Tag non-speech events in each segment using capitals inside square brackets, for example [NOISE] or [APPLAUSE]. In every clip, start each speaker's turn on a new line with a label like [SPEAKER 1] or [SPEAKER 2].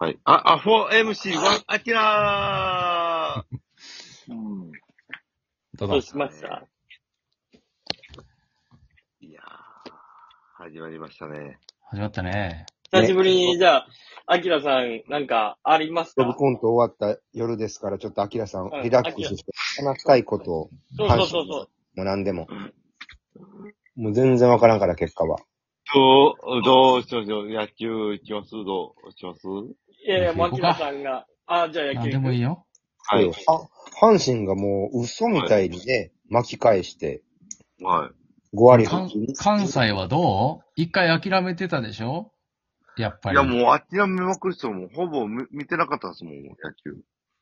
[SPEAKER 1] はい。あ、あ、4MC1、アキラー
[SPEAKER 2] うん。
[SPEAKER 3] どう
[SPEAKER 4] ど
[SPEAKER 3] ぞ
[SPEAKER 4] う。しました
[SPEAKER 1] いやー、始まりましたね。
[SPEAKER 3] 始まったね。
[SPEAKER 4] 久しぶりに、じゃあ、アキラさん、なんか、あります
[SPEAKER 2] ロブ
[SPEAKER 4] か
[SPEAKER 2] コント終わった夜ですから、ちょっとアキラさん
[SPEAKER 4] うん
[SPEAKER 2] リラックスして、話したいことを、
[SPEAKER 4] そうそうそうそう。
[SPEAKER 2] もう何でも。もう全然わからんから、結果は。
[SPEAKER 1] どう、どうしましょう野球行きますどうします
[SPEAKER 4] いやいや、もうアキラさんが、あ、じゃあ野
[SPEAKER 3] 何
[SPEAKER 4] 球
[SPEAKER 3] で
[SPEAKER 4] 行
[SPEAKER 3] も
[SPEAKER 4] く
[SPEAKER 3] いいよ。
[SPEAKER 1] はい。
[SPEAKER 2] は阪神がもう嘘みたいにね、巻き返して、
[SPEAKER 1] はい。
[SPEAKER 2] 5割
[SPEAKER 3] 関
[SPEAKER 2] 復帰
[SPEAKER 3] 関西はどう一回諦めてたでしょやっぱ
[SPEAKER 1] い
[SPEAKER 3] り。
[SPEAKER 1] や、もう諦めまくる人もほぼ見見てなかったですもん、野球。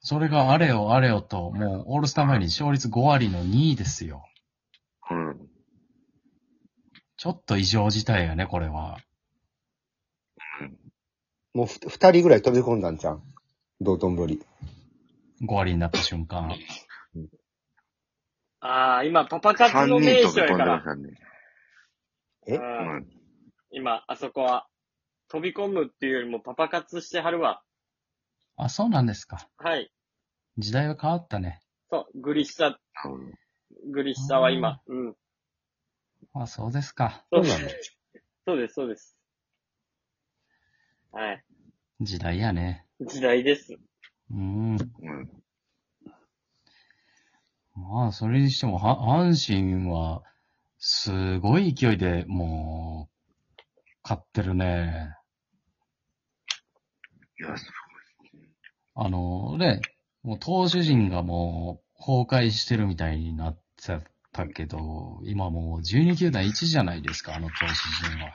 [SPEAKER 3] それがあれよあれよと、もうオールスター前に勝率5割の2位ですよ。
[SPEAKER 1] うん。
[SPEAKER 3] ちょっと異常事態やね、これは。
[SPEAKER 2] もう2人ぐらい飛び込んだんじゃん。道頓堀。
[SPEAKER 3] 5割になった瞬間。
[SPEAKER 4] ああ、今、パパ活
[SPEAKER 1] 3
[SPEAKER 4] の名
[SPEAKER 1] 人飛
[SPEAKER 4] 所
[SPEAKER 1] び込
[SPEAKER 4] や
[SPEAKER 1] ん
[SPEAKER 4] か
[SPEAKER 1] でまし
[SPEAKER 4] ら。
[SPEAKER 1] たね。
[SPEAKER 2] たね
[SPEAKER 4] うん
[SPEAKER 1] うん。
[SPEAKER 4] 今、あそこは、飛び込むっていうよりもパパ活してはるわ。
[SPEAKER 3] あ、そうなんですか。
[SPEAKER 4] はい。
[SPEAKER 3] 時代は変わったね。
[SPEAKER 4] そう、グリッサ、
[SPEAKER 1] うん
[SPEAKER 4] グリッサは今。うん。
[SPEAKER 3] あ、そうですか。
[SPEAKER 2] そうなの
[SPEAKER 4] そうです、そうです。はい。
[SPEAKER 3] 時代やね。
[SPEAKER 4] 時代です。
[SPEAKER 3] うー
[SPEAKER 1] う
[SPEAKER 3] ん。
[SPEAKER 1] ん。
[SPEAKER 3] まあ、それにしても、は阪神は、すごい勢いでもう、勝ってるね。
[SPEAKER 1] いや、す
[SPEAKER 3] あのね、もう投手陣がもう崩壊してるみたいになっちゃったけど、今もう12球団1じゃないですか、あの投手陣は。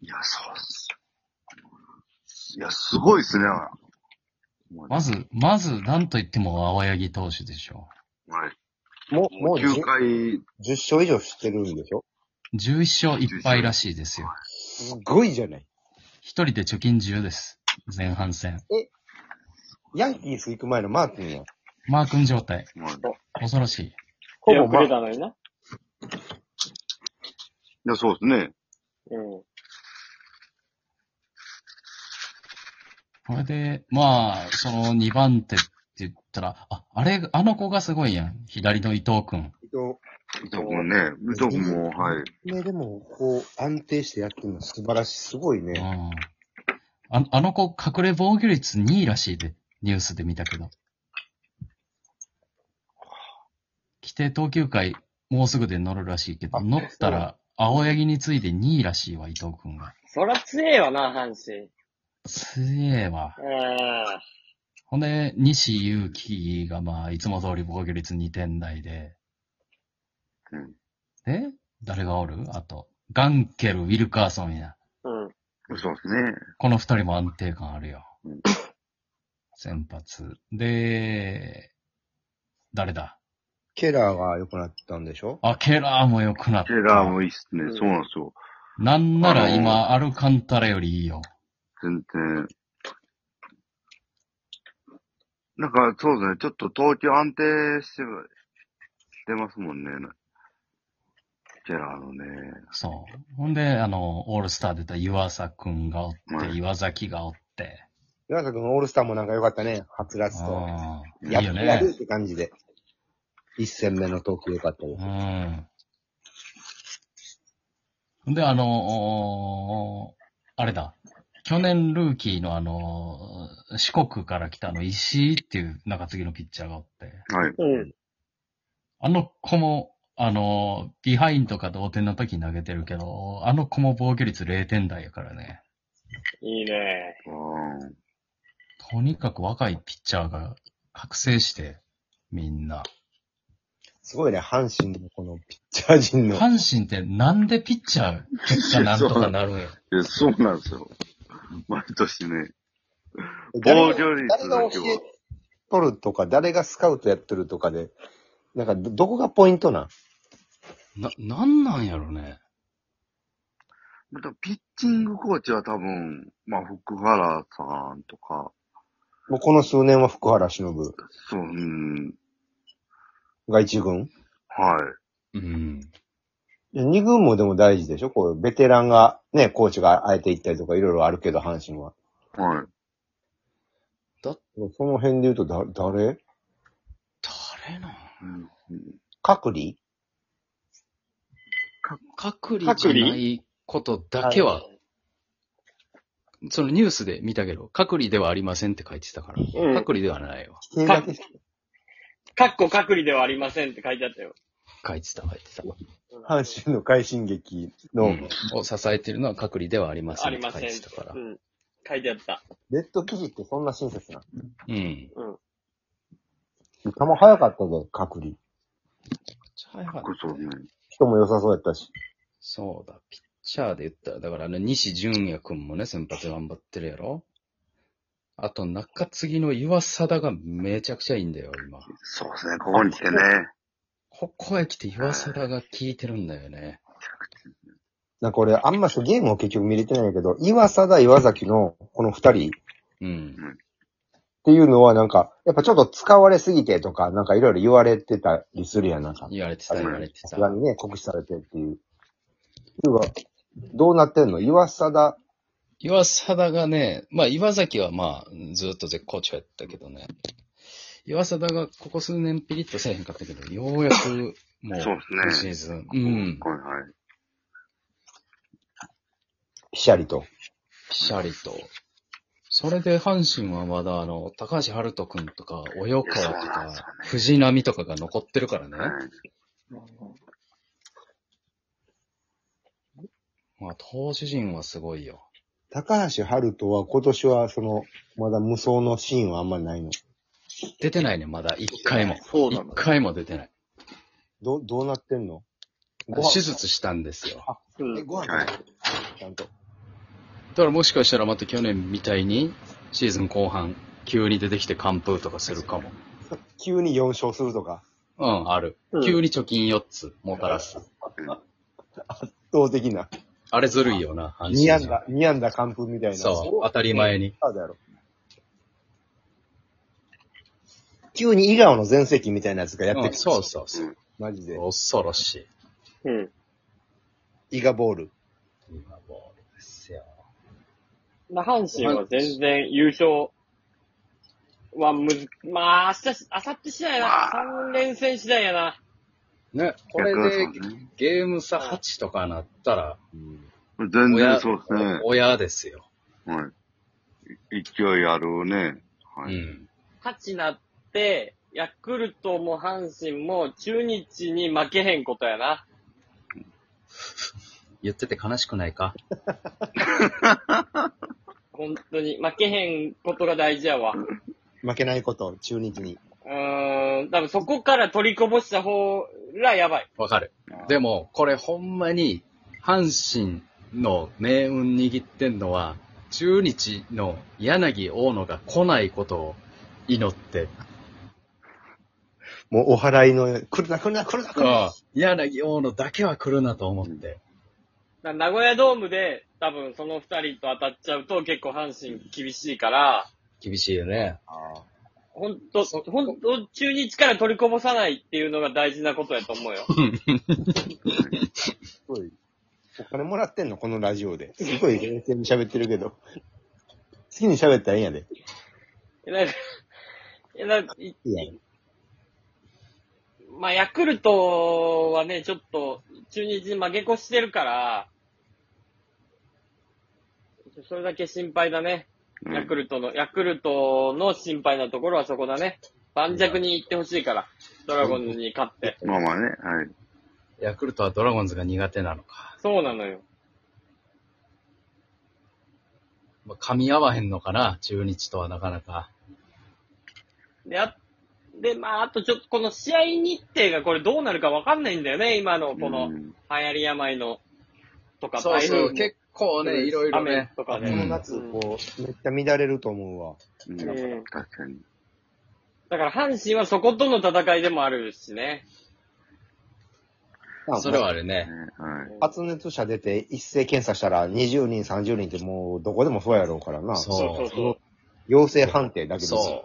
[SPEAKER 1] いや、そうっす。いや、すごいっすね。
[SPEAKER 3] まず、まず、なんといっても青柳投手でしょ
[SPEAKER 1] はい。
[SPEAKER 2] もう、も
[SPEAKER 1] も
[SPEAKER 2] う
[SPEAKER 1] う9回、
[SPEAKER 2] 10勝以上してるんでしょ
[SPEAKER 3] う。11勝1敗らしいですよ。
[SPEAKER 2] すごいじゃない。
[SPEAKER 3] 一人で貯金10です。前半戦。
[SPEAKER 2] ヤンキース行く前のマーティンや。
[SPEAKER 3] マー君状態。
[SPEAKER 1] はい
[SPEAKER 3] 恐ろしい。
[SPEAKER 2] ほ
[SPEAKER 4] 手
[SPEAKER 2] ぼ
[SPEAKER 4] 遅
[SPEAKER 2] マ
[SPEAKER 4] れ
[SPEAKER 2] ー
[SPEAKER 4] たのにな。
[SPEAKER 1] いや、そうですね。
[SPEAKER 4] うん。
[SPEAKER 3] これで、まあ、その2番手って言ったら、あ、あれ、あの子がすごいやん。左の伊藤くん。
[SPEAKER 2] と、
[SPEAKER 1] 伊藤君ね、伊藤君も、はい。
[SPEAKER 2] ね、でも、こう、安定してやってるの素晴らしい。すごい
[SPEAKER 3] うん。
[SPEAKER 2] ね。
[SPEAKER 3] ああの子、隠れ防御率2位らしいで、ニュースで見たけど。規定投球回、もうすぐで乗るらしいけど、
[SPEAKER 2] あ
[SPEAKER 3] 乗ったら、青柳に次いで2位らしいわ、伊藤くんが。
[SPEAKER 4] そら強えよな、阪神。
[SPEAKER 3] すげえわ。
[SPEAKER 4] うん。
[SPEAKER 3] ほんで、西祐希が、まあ、いつも通り防御率2点台で。
[SPEAKER 1] うん
[SPEAKER 3] で、誰がおるあと、ガンケル、ウィルカーソンや。
[SPEAKER 4] うん。
[SPEAKER 1] そうですね。
[SPEAKER 3] この二人も安定感あるよ
[SPEAKER 1] うん。
[SPEAKER 3] 先発。で、誰だ
[SPEAKER 2] ケラーが良くなったんでしょ
[SPEAKER 3] あ、ケラーも良くなった。
[SPEAKER 1] ケラーもいいっすね
[SPEAKER 4] う。ん
[SPEAKER 1] そうなんですよ。
[SPEAKER 3] なんなら
[SPEAKER 1] あ
[SPEAKER 3] 今、アルカンタラよりいいよ。
[SPEAKER 1] 全然。なんか、そうですね。ちょっと東京安定して、してますもんね。ケラーのね。
[SPEAKER 3] そう。ほんで、あの、オールスター出た岩佐くんがおって、
[SPEAKER 1] うん
[SPEAKER 3] 岩崎がおって。
[SPEAKER 2] 岩佐君オールスターもなんか良かったね。はつらつと。
[SPEAKER 3] ああ、
[SPEAKER 2] や
[SPEAKER 3] い
[SPEAKER 2] っ
[SPEAKER 3] い
[SPEAKER 2] て
[SPEAKER 3] よ
[SPEAKER 2] やる
[SPEAKER 3] ね
[SPEAKER 2] っ。て感じで。一戦目の投球良かったで
[SPEAKER 3] う
[SPEAKER 2] す。
[SPEAKER 3] ん。ほんで、あのーあれだ。去年ルーキーのあのー四国から来たあの石井っていう中継ぎのピッチャーがおって。
[SPEAKER 1] はい。
[SPEAKER 4] うん。
[SPEAKER 3] あの子も、あの、ビハインとか同点の時に投げてるけど、あの子も防御率0点台やからね。
[SPEAKER 4] いいね。
[SPEAKER 1] あー
[SPEAKER 3] とにかく若いピッチャーが覚醒して、みんな。
[SPEAKER 2] すごいね、阪神のこのピッチャー陣の。
[SPEAKER 3] 阪神ってなんでピッチャー結果なんとかなるん [LAUGHS] や。
[SPEAKER 1] いやそうなんですよ。毎年ね。防
[SPEAKER 2] 誰が
[SPEAKER 1] 御率
[SPEAKER 2] 誰が
[SPEAKER 1] だけ
[SPEAKER 2] 教
[SPEAKER 1] は
[SPEAKER 2] え。取るとか、誰がスカウトやってるとかで、なんかど、どこがポイントなん
[SPEAKER 3] な、なんなんやろね。
[SPEAKER 1] またピッチングコーチは多分、まあ、福原さんとか、
[SPEAKER 2] もうこの数年は福原忍
[SPEAKER 1] そう、うん、
[SPEAKER 2] が一軍
[SPEAKER 1] はい。
[SPEAKER 3] うん。
[SPEAKER 2] いや二軍もでも大事でしょこういうベテランが、ね、コーチがあえて行ったりとかいろいろあるけど、阪神は。
[SPEAKER 1] はい。
[SPEAKER 3] だ、
[SPEAKER 2] その辺で言うとだ、誰
[SPEAKER 3] 誰なん
[SPEAKER 1] うん
[SPEAKER 2] 隔離
[SPEAKER 3] 隔離じゃないことだけは、そのニュースで見たけど、隔離ではありませんって書いてたから、
[SPEAKER 4] うん
[SPEAKER 3] 隔離ではないわ。
[SPEAKER 2] 否定だけ
[SPEAKER 4] かっこ隔離ではありませんって書いてあったよ。
[SPEAKER 3] 書いてた、書いてた。
[SPEAKER 2] 阪神の快進撃の、
[SPEAKER 3] うんを支えてるのは隔離ではありませ
[SPEAKER 4] あ
[SPEAKER 3] んっ
[SPEAKER 4] り
[SPEAKER 3] て
[SPEAKER 4] ま
[SPEAKER 3] 書
[SPEAKER 4] せ
[SPEAKER 3] い
[SPEAKER 4] ん。
[SPEAKER 3] てたから
[SPEAKER 4] う。ん。書いてあった。
[SPEAKER 2] ネット記事ってそんな親切な。
[SPEAKER 3] うん。
[SPEAKER 4] うん。
[SPEAKER 2] 球早かったぞ、隔離。
[SPEAKER 3] はいはい。
[SPEAKER 1] そうね。
[SPEAKER 2] 人も良さそうやったし。
[SPEAKER 3] そうだ、ピッチャーで言ったら、だからね、西純也くんもね、先発頑張ってるやろあと、中継ぎの岩貞がめちゃくちゃいいんだよ、今。
[SPEAKER 1] そうですね、ここに来てね。
[SPEAKER 3] ここへ来て岩貞が効いてるんだよね。
[SPEAKER 2] なんか俺、あんまそうゲームを結局見れてないんやけど、岩佐だ岩崎のこの二人っ
[SPEAKER 3] うん。
[SPEAKER 2] ていうのはなんか、やっぱちょっと使われすぎてとか、なんかいろいろ言われてたりするやん、なんか。
[SPEAKER 3] 言われてた、言われて
[SPEAKER 2] さ
[SPEAKER 3] た
[SPEAKER 2] す。がにね、酷使されてっていう。要は、どうなってんの岩佐だ、
[SPEAKER 3] 岩貞がね、まあ岩崎はまあずっと絶好調やったけどね。岩貞がここ数年ピリッとせえへんかったけど、ようやくもう、
[SPEAKER 1] そう
[SPEAKER 3] 今
[SPEAKER 1] です
[SPEAKER 3] シ
[SPEAKER 1] ね。
[SPEAKER 3] ーズン。うん。
[SPEAKER 1] はいはい。
[SPEAKER 2] ピシャリと。
[SPEAKER 3] ピシャリと。それで阪神はまだあの、高橋春人くんとか、及川と
[SPEAKER 1] そうなんですよね、
[SPEAKER 3] か藤波とかが残ってるからね。
[SPEAKER 1] はい
[SPEAKER 3] まあ投手陣はすごいよ。
[SPEAKER 2] 高橋春人は今年はその、まだ無双のシーンはあんまりないの。
[SPEAKER 3] 出てないね、まだ一回も。
[SPEAKER 5] そうな
[SPEAKER 3] 一
[SPEAKER 5] のよ。
[SPEAKER 3] 回も出てない。
[SPEAKER 2] ど、どうなってんの
[SPEAKER 3] 手術したんですよ。
[SPEAKER 4] う
[SPEAKER 2] え、
[SPEAKER 4] ん。
[SPEAKER 2] ご飯
[SPEAKER 1] はい
[SPEAKER 2] ちゃんと。
[SPEAKER 3] だからもしかしたらまた去年みたいに、シーズン後半、急に出てきて完封とかするかも。
[SPEAKER 2] 急に4勝するとか、
[SPEAKER 3] うん、ある。
[SPEAKER 4] うん
[SPEAKER 3] 急に貯金4つもたらす。
[SPEAKER 2] 圧倒的な。
[SPEAKER 3] あれずるいよな、阪神
[SPEAKER 2] 2安打、2安打完封みたいな。
[SPEAKER 3] そう、当たり前に。
[SPEAKER 2] そうだろ。急に井川の全盛期みたいなやつがやって
[SPEAKER 3] う
[SPEAKER 2] き
[SPEAKER 3] ん
[SPEAKER 2] た。
[SPEAKER 3] そうそうそう。
[SPEAKER 2] マジで。
[SPEAKER 3] 恐ろしい。
[SPEAKER 4] うん。
[SPEAKER 2] 伊賀ボール。
[SPEAKER 3] 今ボールですよ。
[SPEAKER 4] まあ、阪神は全然優勝はむず、まあ、明日し、明後日次第や
[SPEAKER 1] まあ
[SPEAKER 4] な。3連戦次第やな。
[SPEAKER 3] ね、これ
[SPEAKER 1] 逆
[SPEAKER 3] で
[SPEAKER 1] そうですね。
[SPEAKER 3] ゲーム差8とかなったら、
[SPEAKER 1] 全然
[SPEAKER 3] 親、
[SPEAKER 1] そうですね。
[SPEAKER 3] 親ですよ。
[SPEAKER 1] はい。勢いあるね。
[SPEAKER 3] う
[SPEAKER 1] はい。
[SPEAKER 3] ん。
[SPEAKER 4] 勝ちなって、ヤクルトも阪神も中日に負けへんことやな。
[SPEAKER 3] 言ってて悲しくないか
[SPEAKER 4] 本当に。負けへんことが大事やわ。う
[SPEAKER 2] 負けないこと、中日に。
[SPEAKER 4] ーん。多分そこから取りこぼした方らやばい。
[SPEAKER 3] わかる。でも、これほんまに、阪神の命運握ってんのは、中日の柳大野が来ないことを祈って、
[SPEAKER 2] もうお払いの、来るな来るな来るな来るな。
[SPEAKER 3] 柳大野だけは来るなと思って。
[SPEAKER 4] だ名古屋ドームで多分その二人と当たっちゃうと結構阪神厳しいから、
[SPEAKER 3] 厳しいよね。
[SPEAKER 4] 本当本当中日から取りこぼさないっていうのが大事なことやと思
[SPEAKER 1] [LAUGHS]
[SPEAKER 4] うよ。
[SPEAKER 2] すごい。お金もらってんのこのラジオで。すごい冷静に喋ってるけど。好きに喋ったらええんやで。
[SPEAKER 4] いやなんかいやなんかい
[SPEAKER 2] いやん
[SPEAKER 4] まあ、ヤクルトはね、ちょっと、中日に負け越してるから、それだけ心配だね。
[SPEAKER 1] うん
[SPEAKER 4] ヤクルトの、ヤクルトの心配なところはそこだね。盤石に行ってほしいから、ドラゴンズに勝って。
[SPEAKER 1] まあまあね、はい。
[SPEAKER 3] ヤクルトはドラゴンズが苦手なのか。
[SPEAKER 4] そうなのよ。
[SPEAKER 3] まあ噛み合わへんのかな、中日とはなかなか。
[SPEAKER 4] で、あ、で、まあ、あとちょっとこの試合日程がこれどうなるかわかんないんだよね、今のこの
[SPEAKER 1] う
[SPEAKER 4] 流
[SPEAKER 1] ん
[SPEAKER 4] 行り病の、とか、
[SPEAKER 3] そう
[SPEAKER 4] 台
[SPEAKER 3] そ
[SPEAKER 4] 風
[SPEAKER 3] う、
[SPEAKER 4] も
[SPEAKER 3] 結構ね、いろいろ
[SPEAKER 4] 雨
[SPEAKER 3] ね。
[SPEAKER 4] とか
[SPEAKER 2] こ
[SPEAKER 4] ね。
[SPEAKER 3] うん
[SPEAKER 2] の夏、こう、めっちゃ乱れると思うわ。
[SPEAKER 1] うん
[SPEAKER 4] うん
[SPEAKER 1] 確かに。
[SPEAKER 4] だから阪神はそことの戦いでもあるしね。
[SPEAKER 2] あ
[SPEAKER 3] それはあれね。
[SPEAKER 1] ねはい。
[SPEAKER 2] 発熱者出て一斉検査したら20人、30人ってもうどこでもそうやろうからな。
[SPEAKER 3] そう
[SPEAKER 4] そうそうそう。
[SPEAKER 2] 陽性判定だけですよ。
[SPEAKER 3] そ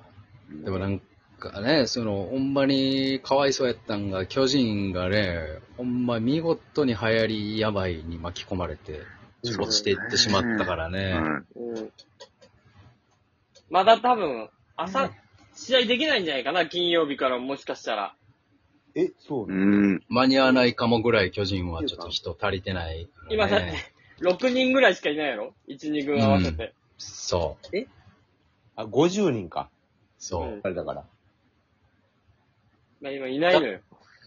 [SPEAKER 3] う。でもなんかね、その、ほんまにかわいそうやったんが、巨人がね、ほんま見事に流行り病に巻き込まれて、
[SPEAKER 2] うん
[SPEAKER 3] 落ちていってしまったからね。
[SPEAKER 1] はい。
[SPEAKER 4] うんまだ多分、朝、試合できないんじゃないかな、金曜日からもしかしたら。
[SPEAKER 2] え、そう
[SPEAKER 1] う
[SPEAKER 2] ね。
[SPEAKER 1] ん。
[SPEAKER 3] 間に合わないかもぐらい巨人はちょっと人足りてないからね、
[SPEAKER 4] 今だって6人 [LAUGHS] ぐらいしかいないやろ ?1、2軍合わせて。
[SPEAKER 3] そう。
[SPEAKER 2] あ、50人か。
[SPEAKER 3] そう。
[SPEAKER 4] うん
[SPEAKER 2] あれだから。
[SPEAKER 4] まあ今いないのよ。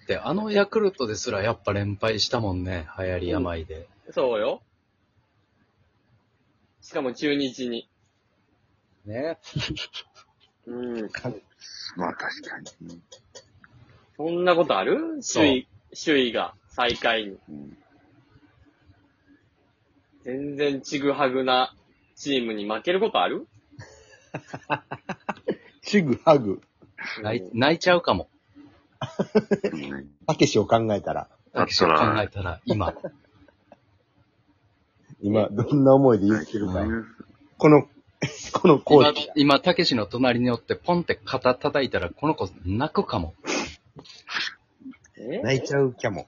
[SPEAKER 3] で、あのヤクルトですらやっぱ連敗したもんね。流行り病で。
[SPEAKER 4] そうよ。しかも中日に。
[SPEAKER 3] ね。
[SPEAKER 4] うん。
[SPEAKER 1] まあ確かに。
[SPEAKER 4] そんなことある
[SPEAKER 3] そう
[SPEAKER 4] 首位、首位が最下位に。
[SPEAKER 1] うん
[SPEAKER 4] 全然ちぐはぐなチームに負けることある
[SPEAKER 2] チグ、ハグ、
[SPEAKER 3] 泣い泣いちゃうかも。
[SPEAKER 1] でもね
[SPEAKER 2] たけしを考えたら、
[SPEAKER 1] だったら
[SPEAKER 3] 考えたら、今。
[SPEAKER 2] 今、どんな思いで言ってるか。この、 [LAUGHS] このコ
[SPEAKER 3] 今
[SPEAKER 2] ーチが、
[SPEAKER 3] 今、たけしの隣におって、ポンって肩叩いたら、この子泣くかも。
[SPEAKER 4] え
[SPEAKER 2] 泣いちゃうキャも。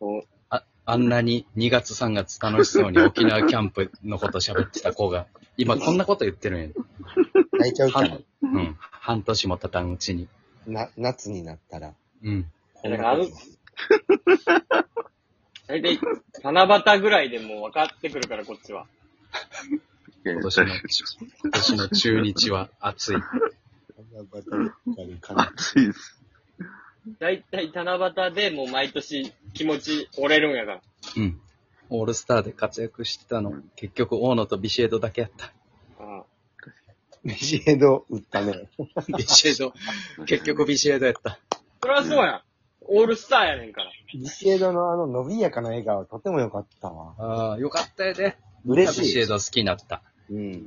[SPEAKER 4] そう
[SPEAKER 3] あ、あんなに2月3月楽しそうに沖縄キャンプのこと喋ってた子が、今こんなこと言ってるんや。
[SPEAKER 2] 泣いちゃうキャも
[SPEAKER 3] 半。うん。半年も経たんうちに。
[SPEAKER 2] な、夏になったら。
[SPEAKER 3] うん。
[SPEAKER 4] だからあの、 [LAUGHS] 大体、七夕ぐらいでもう分かってくるから、こっちは。
[SPEAKER 3] 今年の、今年の中日は暑い。
[SPEAKER 1] [LAUGHS]
[SPEAKER 2] [LAUGHS]
[SPEAKER 1] 暑いです。
[SPEAKER 4] 大体七夕でもう毎年気持ち折れるんやから。
[SPEAKER 3] うん。オールスターで活躍してたの、結局大野とビシエドだけや [LAUGHS] った。
[SPEAKER 4] あ
[SPEAKER 2] ビシエド打ったね。
[SPEAKER 3] ビシエド、結局ビシエドやった。
[SPEAKER 4] それはそうやん。オールスターやねんから。
[SPEAKER 2] ビシエドのあの伸びやかな笑顔とても良かったわ。
[SPEAKER 3] ああ、よかったよね。
[SPEAKER 2] 嬉
[SPEAKER 3] ビシ
[SPEAKER 2] し
[SPEAKER 3] エ
[SPEAKER 2] い。
[SPEAKER 3] ド好きになった。
[SPEAKER 2] うん。